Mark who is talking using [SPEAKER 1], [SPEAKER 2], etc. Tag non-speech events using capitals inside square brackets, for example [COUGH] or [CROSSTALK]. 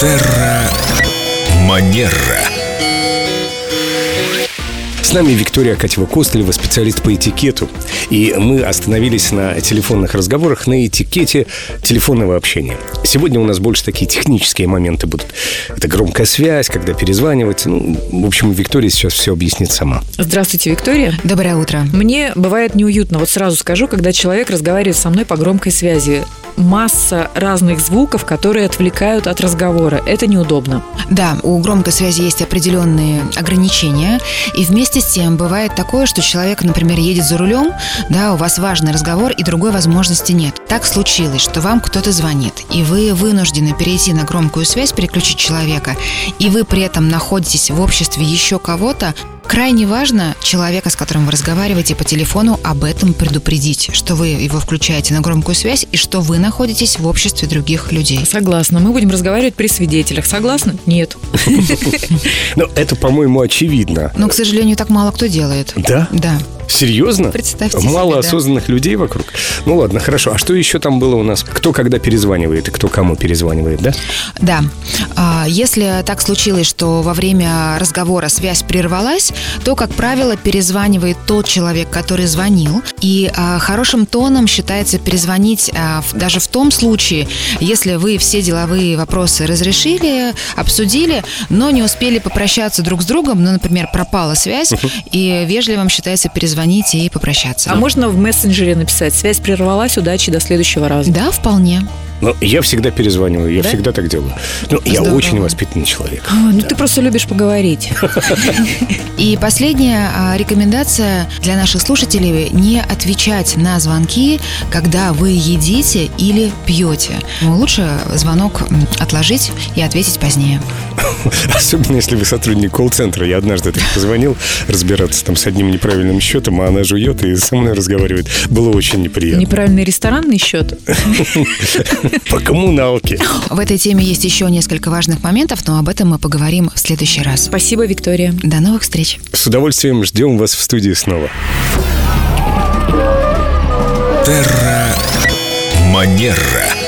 [SPEAKER 1] Терра Манера.
[SPEAKER 2] С нами Виктория Акатьева Костылева, специалист по этикету. И мы остановились на телефонных разговорах, на этикете телефонного общения. Сегодня у нас больше такие технические моменты будут. Это громкая связь, когда перезванивать. Ну, в общем, Виктория сейчас все объяснит сама.
[SPEAKER 3] Здравствуйте, Виктория.
[SPEAKER 4] Доброе утро.
[SPEAKER 3] Мне бывает неуютно, вот сразу скажу, когда человек разговаривает со мной по громкой связи. Масса разных звуков, которые отвлекают от разговора. Это неудобно.
[SPEAKER 4] Да, у громкой связи есть определенные ограничения. И вместе с тем бывает такое, что человек, например, едет за рулем, да, у вас важный разговор и другой возможности нет. Так случилось, что вам кто-то звонит, и вы вынуждены перейти на громкую связь, переключить человека, и вы при этом находитесь в обществе еще кого-то, Крайне важно человека, с которым вы разговариваете по телефону, об этом предупредить, что вы его включаете на громкую связь и что вы находитесь в обществе других людей.
[SPEAKER 3] Согласна. Мы будем разговаривать при свидетелях. Согласна? Нет.
[SPEAKER 2] Но это, по-моему, очевидно.
[SPEAKER 4] Но, к сожалению, так мало кто делает.
[SPEAKER 2] Да?
[SPEAKER 4] Да.
[SPEAKER 2] Серьезно?
[SPEAKER 4] Представьте
[SPEAKER 2] Мало
[SPEAKER 4] себе, да.
[SPEAKER 2] осознанных людей вокруг. Ну ладно, хорошо. А что еще там было у нас? Кто когда перезванивает и кто кому перезванивает, да?
[SPEAKER 4] Да. А, Если так случилось, что во время разговора связь прервалась, то, как правило, перезванивает тот человек, который звонил. И а, хорошим тоном считается перезвонить а, в- даже в том случае, если вы все деловые вопросы разрешили, обсудили, но не успели попрощаться друг с другом, ну, например, пропала связь, и вежливым считается перезвонить и попрощаться.
[SPEAKER 3] А можно в мессенджере написать «Связь прервалась, удачи, до следующего раза».
[SPEAKER 4] Да, вполне.
[SPEAKER 2] Ну, я всегда перезваниваю, я
[SPEAKER 3] Да?
[SPEAKER 2] всегда так делаю. Ну, я
[SPEAKER 4] Здорово.
[SPEAKER 2] очень воспитанный человек. [LAUGHS]
[SPEAKER 3] А, ну ты просто любишь поговорить.
[SPEAKER 4] И последняя а, рекомендация для наших слушателей – не отвечать на звонки, когда вы едите или пьете. Ну, лучше звонок м, отложить и ответить позднее.
[SPEAKER 2] Особенно, если вы сотрудник колл-центра. Я однажды так позвонил разбираться там с одним неправильным счетом, а она жует и со мной разговаривает. Было очень неприятно.
[SPEAKER 3] Неправильный ресторанный счет.
[SPEAKER 2] По коммуналке.
[SPEAKER 4] В этой теме есть еще несколько важных моментов, но об этом мы поговорим в следующий раз.
[SPEAKER 3] Спасибо, Виктория.
[SPEAKER 4] До новых встреч!
[SPEAKER 2] С удовольствием ждем вас в студии снова.
[SPEAKER 1] Манера.